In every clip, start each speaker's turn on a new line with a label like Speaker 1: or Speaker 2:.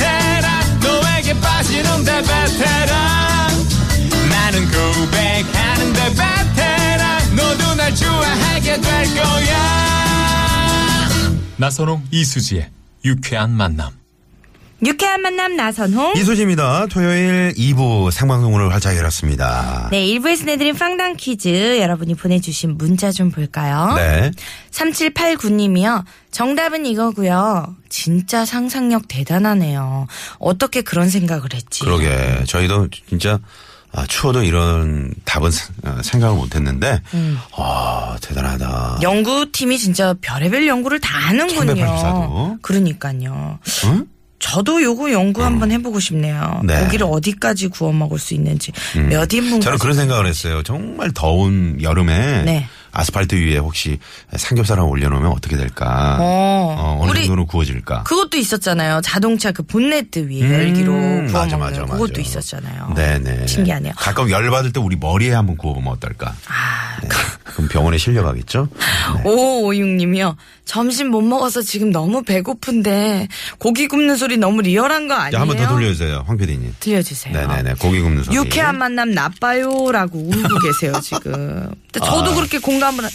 Speaker 1: 베테랑 너에게 빠지는데 베테랑 나는 고백하는데 베테랑 너도 날 좋아하게 될 거야 나선홍 이수지의 유쾌한 만남
Speaker 2: 유쾌한 만남 나선홍.
Speaker 3: 이수지입니다. 토요일 2부 생방송으로 활짝 열었습니다.
Speaker 2: 네, 1부에서 내드린 빵당 퀴즈 여러분이 보내주신 문자 좀 볼까요?
Speaker 3: 네.
Speaker 2: 3789님이요. 정답은 이거고요. 진짜 상상력 대단하네요. 어떻게 그런 생각을 했지?
Speaker 3: 그러게. 저희도 진짜 아, 추워도 이런 답은 사- 어, 생각을 못 했는데,
Speaker 2: 음.
Speaker 3: 아, 대단하다.
Speaker 2: 연구팀이 진짜 별의별 연구를 다 하는군요.
Speaker 3: 384도.
Speaker 2: 그러니까요. 저도 요거 연구 한번 해보고 싶네요.
Speaker 3: 네.
Speaker 2: 고기를 어디까지 구워 먹을 수 있는지 몇 인분.
Speaker 3: 저는 그런 생각을 했어요. 정말 더운 여름에
Speaker 2: 네.
Speaker 3: 아스팔트 위에 혹시 삼겹살을 올려놓으면 어떻게 될까?
Speaker 2: 어.
Speaker 3: 어, 어느
Speaker 2: 우리-
Speaker 3: 정도로 구워질까?
Speaker 2: 그것도 있었잖아요. 자동차 그 본네트 위에 열기로 구워
Speaker 3: 음, 맞아,
Speaker 2: 먹는
Speaker 3: 맞아, 맞아.
Speaker 2: 그것도 있었잖아요.
Speaker 3: 네네.
Speaker 2: 어, 신기하네요.
Speaker 3: 가끔 열받을 때 우리 머리에 한번 구워보면 어떨까?
Speaker 2: 아,
Speaker 3: 네. 그럼 병원에 실려가겠죠? 네.
Speaker 2: 5556님이요. 점심 못 먹어서 지금 너무 배고픈데 고기 굽는 소리 너무 리얼한 거 아니에요? 아.
Speaker 3: 자, 한 번 더 돌려주세요. 황 PD님.
Speaker 2: 들려주세요.
Speaker 3: 네네네. 예. 고기 굽는 소리.
Speaker 2: 유쾌한 만남 나빠요라고 울고 계세요 지금. 근데
Speaker 3: 아.
Speaker 2: 저도 그렇게 공감을 하-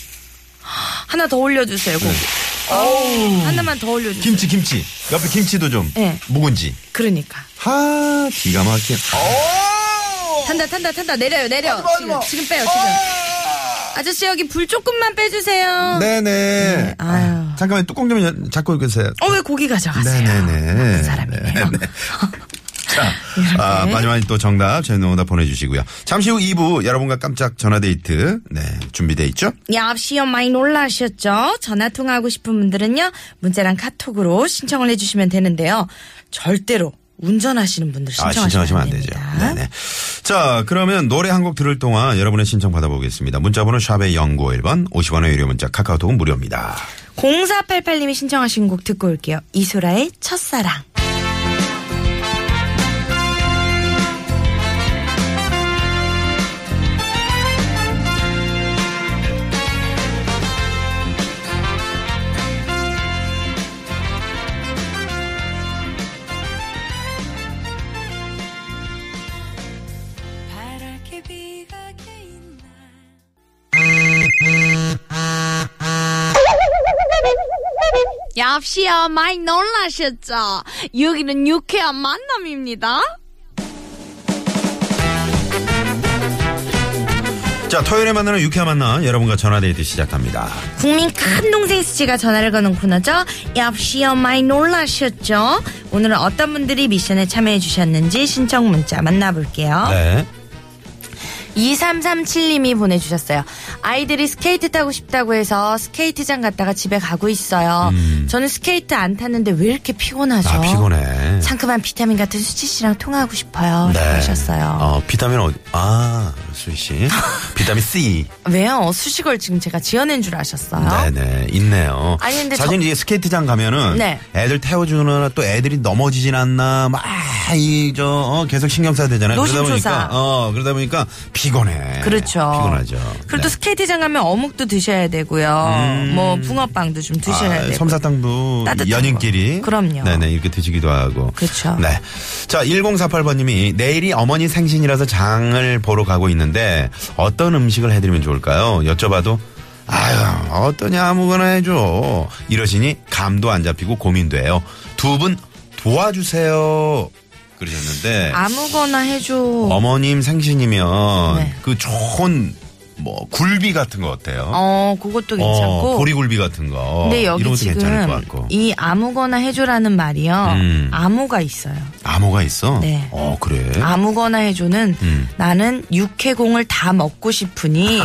Speaker 2: 하나 더 올려주세요. 고기. 어우, 하나만 더 올려주세요.
Speaker 3: 네. 김치, 김치. 옆에 김치도 좀.
Speaker 2: 네.
Speaker 3: 묵은지.
Speaker 2: 그러니까
Speaker 3: 하, 기가 막힌.
Speaker 2: 어. 탄다 탄다 탄다 내려요
Speaker 3: 아,
Speaker 2: 내려 지금, 지금 빼요 지금. 아저씨 여기 불 조금만 빼주세요.
Speaker 3: 네네.
Speaker 2: 아유.
Speaker 3: 잠깐만 뚜껑 좀 연- 잡고 계세요.
Speaker 2: 어 왜 고기 가져가세요?
Speaker 3: 네네네.
Speaker 2: 나쁜 사람이네요.
Speaker 3: 자,
Speaker 2: 네.
Speaker 3: 아, 마지막에 또 정답, 재능 오답 보내주시고요. 잠시 후 2부 여러분과 깜짝 전화데이트. 네, 준비돼 있죠?
Speaker 2: 역시요 많이 놀라셨죠? 전화 통화하고 싶은 분들은요 문자랑 카톡으로 신청을 해주시면 되는데요 절대로 운전하시는 분들
Speaker 3: 아,
Speaker 2: 신청하시면,
Speaker 3: 신청하시면 안 되죠.
Speaker 2: 됩니다.
Speaker 3: 네네. 자, 그러면 노래 한 곡 들을 동안 여러분의 신청 받아보겠습니다. 문자번호 샵의 0951번, 50원의 유료 문자, 카카오톡은 무료입니다.
Speaker 2: 0488님이 신청하신 곡 듣고 올게요 이소라의 첫사랑
Speaker 4: 역시요 많이 놀라셨죠? 여기는 유쾌한 만남입니다.
Speaker 3: 자, 토요일에 만나는 유쾌한 만남 여러분과 전화데이트 시작합니다.
Speaker 2: 국민 큰 동생 수지가 전화를 거는 코너죠 역시요 많이 놀라셨죠? 오늘은 어떤 분들이 미션에 참여해 주셨는지 신청 문자 만나볼게요
Speaker 3: 네.
Speaker 2: 2337님이 보내주셨어요. 아이들이 스케이트 타고 싶다고 해서 스케이트장 갔다가 집에 가고 있어요. 저는 스케이트 안 탔는데 왜 이렇게 피곤하죠?
Speaker 3: 음. 아, 피곤해.
Speaker 2: 상큼한 비타민 같은 수지 씨랑 통화하고 싶어요.
Speaker 3: 네.
Speaker 2: 라고 하셨어요.
Speaker 3: 어, 비타민 어디, 아, 수희 씨. 비타민 C.
Speaker 2: 왜요? 수식을 지금 제가 지어낸 줄 아셨어요?
Speaker 3: 네네, 있네요.
Speaker 2: 아니, 근데
Speaker 3: 사실 이제 스케이트장 가면은
Speaker 2: 네.
Speaker 3: 애들 태워주느라 또 애들이 넘어지진 않나 막 이 저 어, 계속 신경 써야 되잖아요. 그러다
Speaker 2: 노심초사.
Speaker 3: 보니까 어 그러다 보니까 피곤해.
Speaker 2: 그렇죠.
Speaker 3: 피곤하죠.
Speaker 2: 그리고 또
Speaker 3: 네. 음.
Speaker 2: 스케이트장 가면 어묵도 드셔야 되고요. 뭐 붕어빵도 좀 드셔야
Speaker 3: 아,
Speaker 2: 되고.
Speaker 3: 섬사탕도
Speaker 2: 따뜻한
Speaker 3: 연인끼리
Speaker 2: 거. 그럼요.
Speaker 3: 네네 이렇게 드시기도 하고.
Speaker 2: 그쵸.
Speaker 3: 네. 자 1048번님이 내일이 어머니 생신이라서 장을 보러 가고 있는데 어떤 음식을 해드리면 좋을까요? 여쭤봐도 아유 어떠냐 아무거나 해줘 이러시니 감도 안 잡히고 고민돼요. 두 분 도와주세요. 그러셨는데
Speaker 2: 아무거나 해줘.
Speaker 3: 어머님 생신이면
Speaker 2: 네.
Speaker 3: 그 좋은 뭐 굴비 같은 거 어때요?
Speaker 2: 어, 그것도 괜찮고.
Speaker 3: 어, 보리굴비 같은 거.
Speaker 2: 근데 여기
Speaker 3: 이런 것도
Speaker 2: 지금
Speaker 3: 괜찮을 것 같고.
Speaker 2: 이 아무거나 해줘라는 말이요.
Speaker 3: 음.
Speaker 2: 아무가 있어요.
Speaker 3: 암호가 있어?
Speaker 2: 네.
Speaker 3: 어, 그래.
Speaker 2: 아무거나 해줘는
Speaker 3: 음.
Speaker 2: 나는 육해공을 다 먹고 싶으니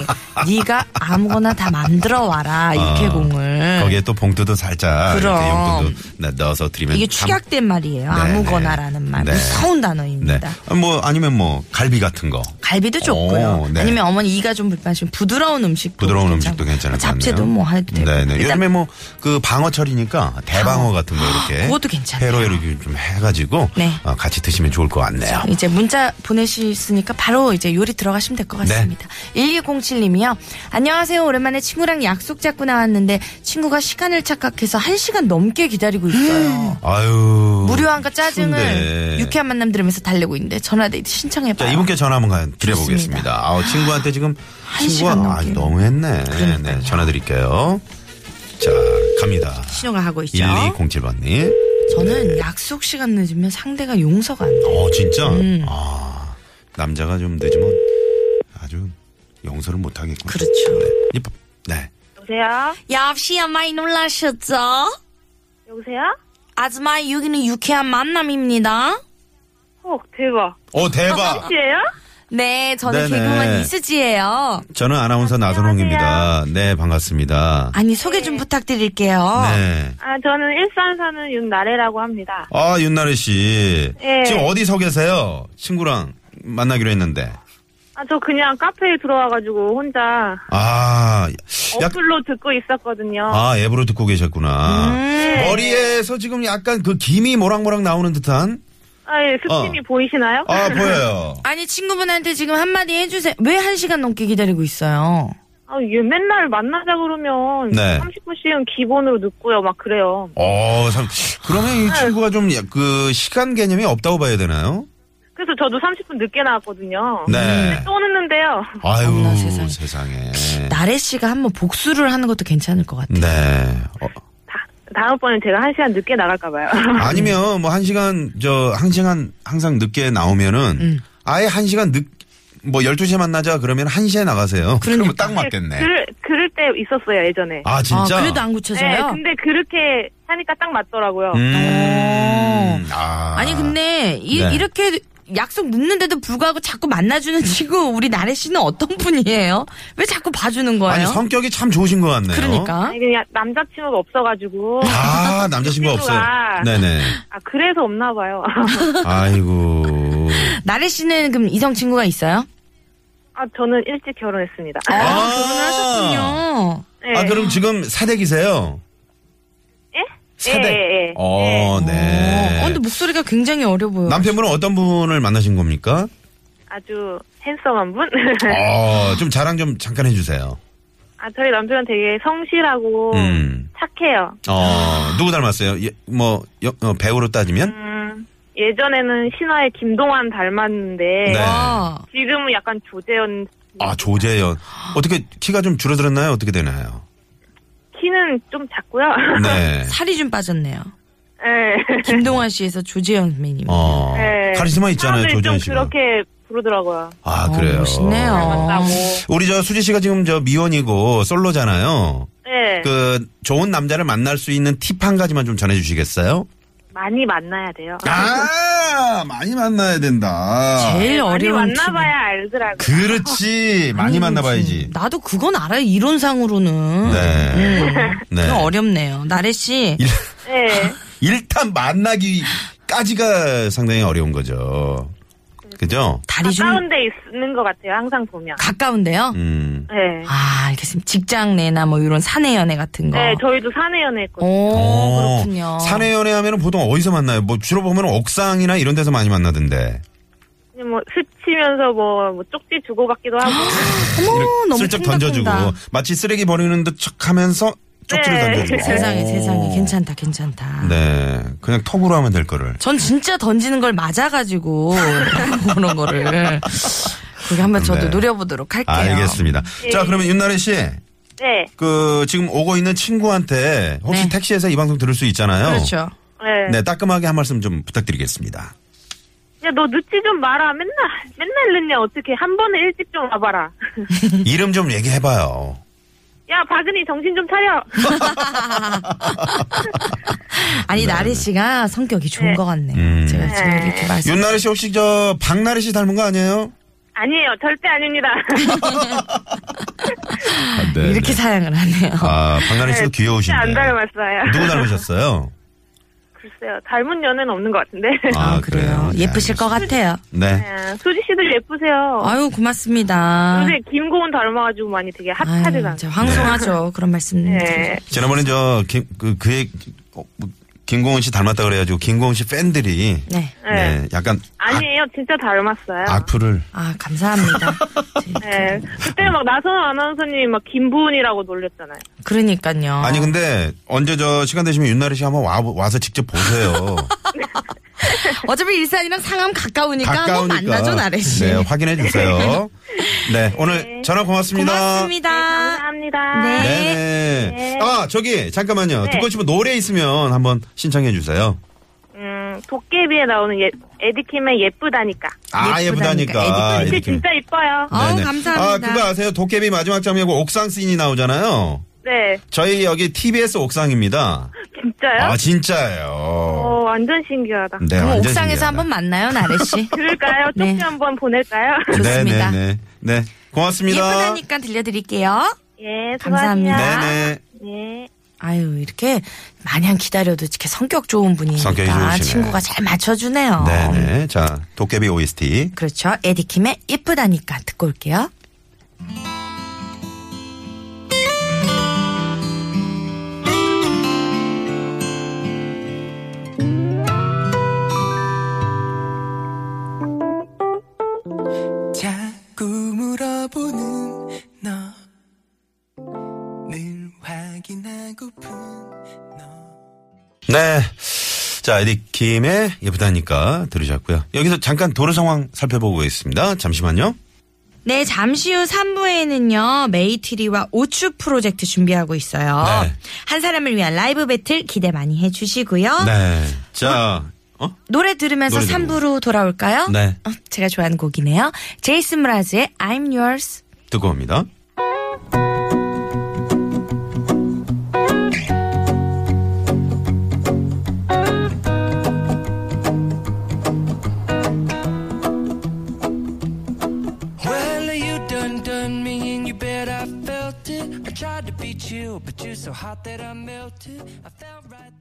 Speaker 2: 네가 아무거나 다 만들어 와라
Speaker 3: 아,
Speaker 2: 육해공을. 거를.
Speaker 3: 거기에 또 봉투도 살짝 이렇게
Speaker 2: 네. 그럼.
Speaker 3: 용돈도 나- 넣어서 드리면
Speaker 2: 이게
Speaker 3: 네, 참-
Speaker 2: 축약된 말이에요.
Speaker 3: 네,
Speaker 2: 아무거나라는 말.
Speaker 3: 네.
Speaker 2: 무서운
Speaker 3: 네.
Speaker 2: 단어입니다.
Speaker 3: 아, 뭐 아니면 뭐 갈비 같은 거.
Speaker 2: 갈비도 좋고요.
Speaker 3: 오, 네.
Speaker 2: 아니면 어머니 이가 좀 불편하시면 부드러운 음식도
Speaker 3: 부드러운
Speaker 2: 괜찮고.
Speaker 3: 음식도 괜찮을 것 같네요.
Speaker 2: 잡채도 뭐 해도 되고.
Speaker 3: 네네.
Speaker 2: 일단
Speaker 3: 요즘에 뭐 그 방어철이니까 대방어 같은 거 이렇게
Speaker 2: 그것도 괜찮아요.
Speaker 3: 회로 이렇게 좀 해가지고
Speaker 2: 네.
Speaker 3: 어, 같이 드시면 좋을 것 같네요.
Speaker 2: 이제 문자 보내시니까 바로 이제 요리 들어가시면 될 것
Speaker 3: 네.
Speaker 2: 같습니다. 1207님이요. 안녕하세요. 오랜만에 친구랑 약속 잡고 나왔는데 친구가 시간을 착각해서 1시간 넘게 기다리고 있어요.
Speaker 3: 아유.
Speaker 2: 무료한가 짜증을
Speaker 3: 음, 추운데.
Speaker 2: 유쾌한 만남 들으면서 달리고 있는데 전화데이트
Speaker 3: 자
Speaker 2: 신청해봐요.
Speaker 3: 이분께 전화 한번 가- 드려보겠습니다.
Speaker 2: 좋습니다.
Speaker 3: 아우 친구한테 지금
Speaker 2: 한 시간
Speaker 3: 친구가 아,
Speaker 2: 넘게.
Speaker 3: 너무했네. 네 전화 드릴게요. 자 갑니다.
Speaker 2: 신호가 하고 있죠.
Speaker 3: 1207번님.
Speaker 2: 저는 약속 시간 늦으면 상대가 용서가 안 돼요.
Speaker 3: 어 진짜. 아 남자가 좀 늦으면 아주 용서를 못 하겠군.
Speaker 2: 그렇죠.
Speaker 3: 네. 이뻐- 네.
Speaker 5: 여보세요?
Speaker 2: 역시야 많이 놀라셨죠?
Speaker 5: 여보세요?
Speaker 2: 아줌마 여기는 유쾌한 만남입니다.
Speaker 5: 어, 대박.
Speaker 3: 오 대박.
Speaker 5: 씨예요?
Speaker 2: 네, 저는
Speaker 3: 네네.
Speaker 2: 개그맨 이수지예요.
Speaker 3: 저는 아나운서 나선홍입니다. 네 반갑습니다.
Speaker 2: 아니 소개
Speaker 5: 네.
Speaker 2: 좀 부탁드릴게요.
Speaker 3: 네.
Speaker 5: 아, 저는 일산 사는 윤나래라고 합니다.
Speaker 3: 아 윤나래 씨.
Speaker 5: 네.
Speaker 3: 지금 어디 서 계세요? 친구랑 만나기로 했는데.
Speaker 5: 아, 저 그냥 카페에 들어와가지고 혼자
Speaker 3: 아, 약,
Speaker 5: 어플로 듣고 있었거든요.
Speaker 3: 아, 앱으로 듣고 계셨구나. 머리에서 지금 약간 그 김이 모락모락 나오는 듯한?
Speaker 5: 아, 예, 스팀이
Speaker 3: 어.
Speaker 5: 보이시나요?
Speaker 3: 아, 보여요.
Speaker 2: 아니 친구분한테 지금 한마디 해주세요. 왜 한 시간 넘게 기다리고 있어요?
Speaker 5: 아, 얘 맨날 만나자 그러면
Speaker 3: 네.
Speaker 5: 30분씩은 기본으로 늦고요, 막 그래요.
Speaker 3: 어, 참. 그러면 이 친구가 좀 그 시간 개념이 없다고 봐야 되나요?
Speaker 5: 그래서 저도 30분 늦게 나왔거든요.
Speaker 3: 네.
Speaker 5: 어, 또 늦는데요.
Speaker 3: 아유,
Speaker 2: 어머나, 세상에.
Speaker 3: 세상에.
Speaker 2: 나래 씨가 한번 복수를 하는 것도 괜찮을 것 같아요.
Speaker 3: 네. 어,
Speaker 5: 다, 다음번엔 제가 한시간 늦게 나갈까봐요.
Speaker 3: 아니면 뭐 한 시간, 저, 한 시간 항상 늦게 나오면은
Speaker 2: 음.
Speaker 3: 아예 한 시간 늦, 뭐 12시에 만나자 그러면 한시에 나가세요.
Speaker 2: 그러니까.
Speaker 3: 그러면 딱 맞겠네.
Speaker 5: 그럴, 그럴 때 있었어요, 예전에.
Speaker 3: 아, 진짜?
Speaker 2: 아, 그래도 안
Speaker 5: 네,
Speaker 2: 고쳐져요.
Speaker 5: 근데 그렇게 하니까 딱 맞더라고요.
Speaker 3: 음. 아.
Speaker 2: 어. 아니 근데 이,
Speaker 3: 네.
Speaker 2: 렇게 약속 늦는데도 불구하고 자꾸 만나주는 친구 우리 나래 씨는 어떤 분이에요? 왜 자꾸 봐주는 거예요?
Speaker 3: 아니 성격이 참 좋으신 것 같네요.
Speaker 2: 그러니까
Speaker 5: 아니 그냥 남자친구가 없어가지고
Speaker 3: 아 남자친구 없어요.
Speaker 5: 친구가.
Speaker 3: 네네.
Speaker 5: 아 그래서 없나 봐요.
Speaker 3: 아이고.
Speaker 2: 나래 씨는 그럼 이성 친구가 있어요?
Speaker 5: 아 저는 일찍 결혼했습니다.
Speaker 2: 아, 어.
Speaker 3: 아.
Speaker 2: 결혼하셨군요.
Speaker 5: 네.
Speaker 3: 아 그럼 지금 사댁이세요?
Speaker 5: 예?
Speaker 3: 사댁.
Speaker 5: 예, 예, 예.
Speaker 3: 어, 네.
Speaker 2: 어, 근데 목소리가 굉장히 어려 보여.
Speaker 3: 남편분은 어떤 분을 만나신 겁니까?
Speaker 5: 아주 핸섬한 분.
Speaker 3: 어, 좀 자랑 좀 잠깐 해주세요.
Speaker 5: 아 저희 남편은 되게 성실하고
Speaker 3: 음.
Speaker 5: 착해요.
Speaker 3: 어, 누구 닮았어요? 예, 뭐 여- 어, 배우로 따지면?
Speaker 5: 음, 예전에는 신화의 김동완 닮았는데
Speaker 3: 네.
Speaker 2: 아.
Speaker 5: 지금은 약간 조재현
Speaker 3: 아 조재현. 어떻게 키가 좀 줄어들었나요? 어떻게 되나요?
Speaker 5: 키는 좀 작고요.
Speaker 3: 네.
Speaker 2: 살이 좀 빠졌네요.
Speaker 5: 예.
Speaker 2: 김동완 씨에서 조재현 선배님.
Speaker 3: 어.
Speaker 5: 네.
Speaker 3: 카리스마 있잖아요,
Speaker 5: 사람들이
Speaker 3: 조재현
Speaker 5: 좀
Speaker 3: 씨가.
Speaker 5: 그렇게 부르더라고요.
Speaker 3: 아,
Speaker 2: 어,
Speaker 3: 그래요. 아.
Speaker 2: 멋있네요.
Speaker 5: 나고.
Speaker 3: 우리 저 수지 씨가 지금 저 미혼이고 솔로잖아요.
Speaker 5: 예.
Speaker 3: 그 좋은 남자를 만날 수 있는 팁 한 가지만 좀 전해주시겠어요?
Speaker 5: 많이 만나야 돼요.
Speaker 3: 아 많이 만나야 된다.
Speaker 2: 제일
Speaker 5: 아. 많이
Speaker 2: 네, 어려운 팀.
Speaker 5: 만나봐야 알더라고요.
Speaker 3: 그렇지
Speaker 2: 음,
Speaker 3: 많이 만나봐야지.
Speaker 2: 나도 그건 알아요. 이론상으로는.
Speaker 3: 네. 네.
Speaker 2: 음. 그건 어렵네요. 나래 씨.
Speaker 3: 일,
Speaker 5: 예.
Speaker 3: 일단 만나기까지가 상당히 어려운 거죠. 그죠?
Speaker 2: 다리 좀
Speaker 5: 가까운 데 있는 것 같아요. 항상 보면.
Speaker 2: 가까운데요?
Speaker 3: 음.
Speaker 5: 네.
Speaker 2: 아, 알겠습니다. 직장 내나 뭐 이런 사내 연애 같은 거.
Speaker 3: 아.
Speaker 5: 네, 저희도 사내 연애했거든요.
Speaker 2: 오,
Speaker 3: 어,
Speaker 2: 그렇군요.
Speaker 3: 사내 연애하면 보통 어디서 만나요? 뭐 주로 보면 옥상이나 이런 데서 많이 만나던데. 어.
Speaker 5: 그냥 뭐 스치면서 뭐, 뭐 쪽지 주고받기도 하고.
Speaker 3: 아,
Speaker 2: 어머, 너무
Speaker 3: 슬쩍
Speaker 2: 콩닥콩닥.
Speaker 3: 던져주고 마치 쓰레기 버리는 듯척 하면서 쪽지를
Speaker 5: 네.
Speaker 3: 던져주고
Speaker 2: 세상에,
Speaker 3: 오.
Speaker 2: 세상에. 괜찮다, 괜찮다.
Speaker 3: 어. 네 그냥 턱으로 하면 될 거를
Speaker 2: 전 진짜 던지는 걸 맞아가지고, 그런 거를. 그게 한번 저도
Speaker 3: 네.
Speaker 2: 노려보도록 할게요.
Speaker 3: 알겠습니다 자 그러면 윤나래 씨그
Speaker 5: 네.
Speaker 3: 지금 오고 있는 친구한테 혹시
Speaker 2: 네.
Speaker 3: 택시에서 이 방송 들을 수 있잖아요
Speaker 2: 그렇죠.
Speaker 5: 네.
Speaker 3: 네 따끔하게 한 말씀 좀 부탁드리겠습니다
Speaker 5: 야, 너 늦지 좀 마라. 맨날, 맨날 늦냐. 어떻게. 한 번에 일찍 좀 와봐라.
Speaker 3: 이름 좀 얘기해봐요
Speaker 5: 야, 박은희 정신 좀
Speaker 3: 어?
Speaker 5: 차려.
Speaker 2: 아니 나래 씨가 성격이 좋은 것 같네요.
Speaker 3: 네. 음.
Speaker 2: 제가 지금 이렇게 말씀.
Speaker 3: 윤나래 씨 혹시 저 박나래 씨 닮은 거 아니에요
Speaker 5: 아니에요. 절대 아닙니다.
Speaker 3: 아, 네,
Speaker 2: 이렇게
Speaker 3: 네.
Speaker 2: 사양을 하네요.
Speaker 3: 아, 박나래 씨도
Speaker 5: 진짜
Speaker 3: 귀여우신데.
Speaker 5: 안 닮았어요.
Speaker 3: 누구 닮으셨어요?
Speaker 5: 글쎄요, 닮은 연애는 없는 것 같은데.
Speaker 2: 아, 그래요. 예쁘실 것 같아요.
Speaker 3: 네.
Speaker 5: 네, 수지 씨도 예쁘세요.
Speaker 2: 아유, 고맙습니다.
Speaker 5: 요새 김고은 닮아가지고 많이 되게
Speaker 2: 아유,
Speaker 5: 핫하잖아요.
Speaker 2: 이제 황송하죠. 그런 말씀.
Speaker 5: 네.
Speaker 3: 지난번에 저, 김, 그, 그의, 어, 뭐, 김고은 씨 닮았다 그래가지고, 김고은 씨 팬들이.
Speaker 2: 네.
Speaker 3: 네. 약간.
Speaker 5: 아니에요, 진짜 닮았어요.
Speaker 3: 악, 악플을.
Speaker 2: 아, 감사합니다.
Speaker 5: 네. 그때 막 나선호 아나운서님이 막 김부은이라고 놀렸잖아요.
Speaker 2: 그러니까요.
Speaker 3: 아니, 근데, 언제 저, 시간 되시면 윤나래 씨 한번 와, 와서 직접 보세요.
Speaker 2: 어차피 일산이랑 상암 가까우니까, 한번
Speaker 3: 가까우니까.
Speaker 2: 만나죠, 나래 씨.
Speaker 3: 네, 확인해 주세요. 네, 오늘 전화 고맙습니다.
Speaker 2: 고맙습니다.
Speaker 5: 감사합니다.
Speaker 2: 네.
Speaker 3: 네네.
Speaker 5: 네.
Speaker 3: 아, 저기, 잠깐만요.
Speaker 5: 네.
Speaker 3: 듣고 싶은 노래 있으면 한번 신청해 주세요.
Speaker 5: 음, 도깨비에 나오는 예, 에디킴의 예쁘다니까.
Speaker 3: 아,
Speaker 2: 예쁘다니까.
Speaker 3: 예쁘다니까.
Speaker 5: 근데
Speaker 3: 이렇게.
Speaker 5: 진짜 예뻐요.
Speaker 2: 아우,
Speaker 3: 네네.
Speaker 2: 감사합니다.
Speaker 3: 아, 그거 아세요? 도깨비 마지막 장면이고 옥상 씬이 나오잖아요.
Speaker 5: 네.
Speaker 3: 저희 여기 TBS 옥상입니다.
Speaker 5: 진짜요?
Speaker 3: 아, 진짜예요.
Speaker 5: 네? 어, 완전 신기하다.
Speaker 3: 네,
Speaker 2: 그럼
Speaker 3: 완전
Speaker 2: 옥상에서
Speaker 3: 신기하다.
Speaker 2: 한번 만나요, 나래 씨.
Speaker 5: 그럴까요? 쪽지
Speaker 2: 네.
Speaker 5: 한번 보낼까요?
Speaker 2: 좋습니다.
Speaker 3: 네네네. 네. 고맙습니다.
Speaker 2: 예쁘다니까 들려드릴게요.
Speaker 5: 예,
Speaker 2: 감사합니다.
Speaker 3: 네네.
Speaker 5: 예.
Speaker 2: 아유 이렇게 마냥 기다려도 이렇게 성격 좋은
Speaker 3: 성격이
Speaker 2: 분이니까
Speaker 3: 좋으시네.
Speaker 2: 친구가 잘 맞춰주네요.
Speaker 3: 네네. 자, 도깨비 OST.
Speaker 2: 그렇죠. 에디킴의 예쁘다니까 듣고 올게요.
Speaker 6: 자꾸 물어보는 너 늘 확인하고픈 너
Speaker 3: 네. 자, 에디킴의 예쁘다니까 들으셨고요. 여기서 잠깐 도로 상황 살펴보고 있습니다. 잠시만요.
Speaker 2: 네, 잠시 후 3부에는요, 메이트리와 오추 프로젝트 준비하고 있어요.
Speaker 3: 네.
Speaker 2: 한 사람을 위한 라이브 배틀 기대 많이 해주시고요.
Speaker 3: 네. 자, 어?
Speaker 2: 노래 들으면서
Speaker 3: 노래
Speaker 2: 삼
Speaker 3: 들으고.
Speaker 2: 3부로 돌아올까요?
Speaker 3: 네.
Speaker 2: 어, 제가 좋아하는 곡이네요. 제이슨 브라즈의 I'm yours.
Speaker 3: 듣고 옵니다.
Speaker 6: Well, you done done me and you bet I felt it I tried to beat you but you're so hot that I melted I fell right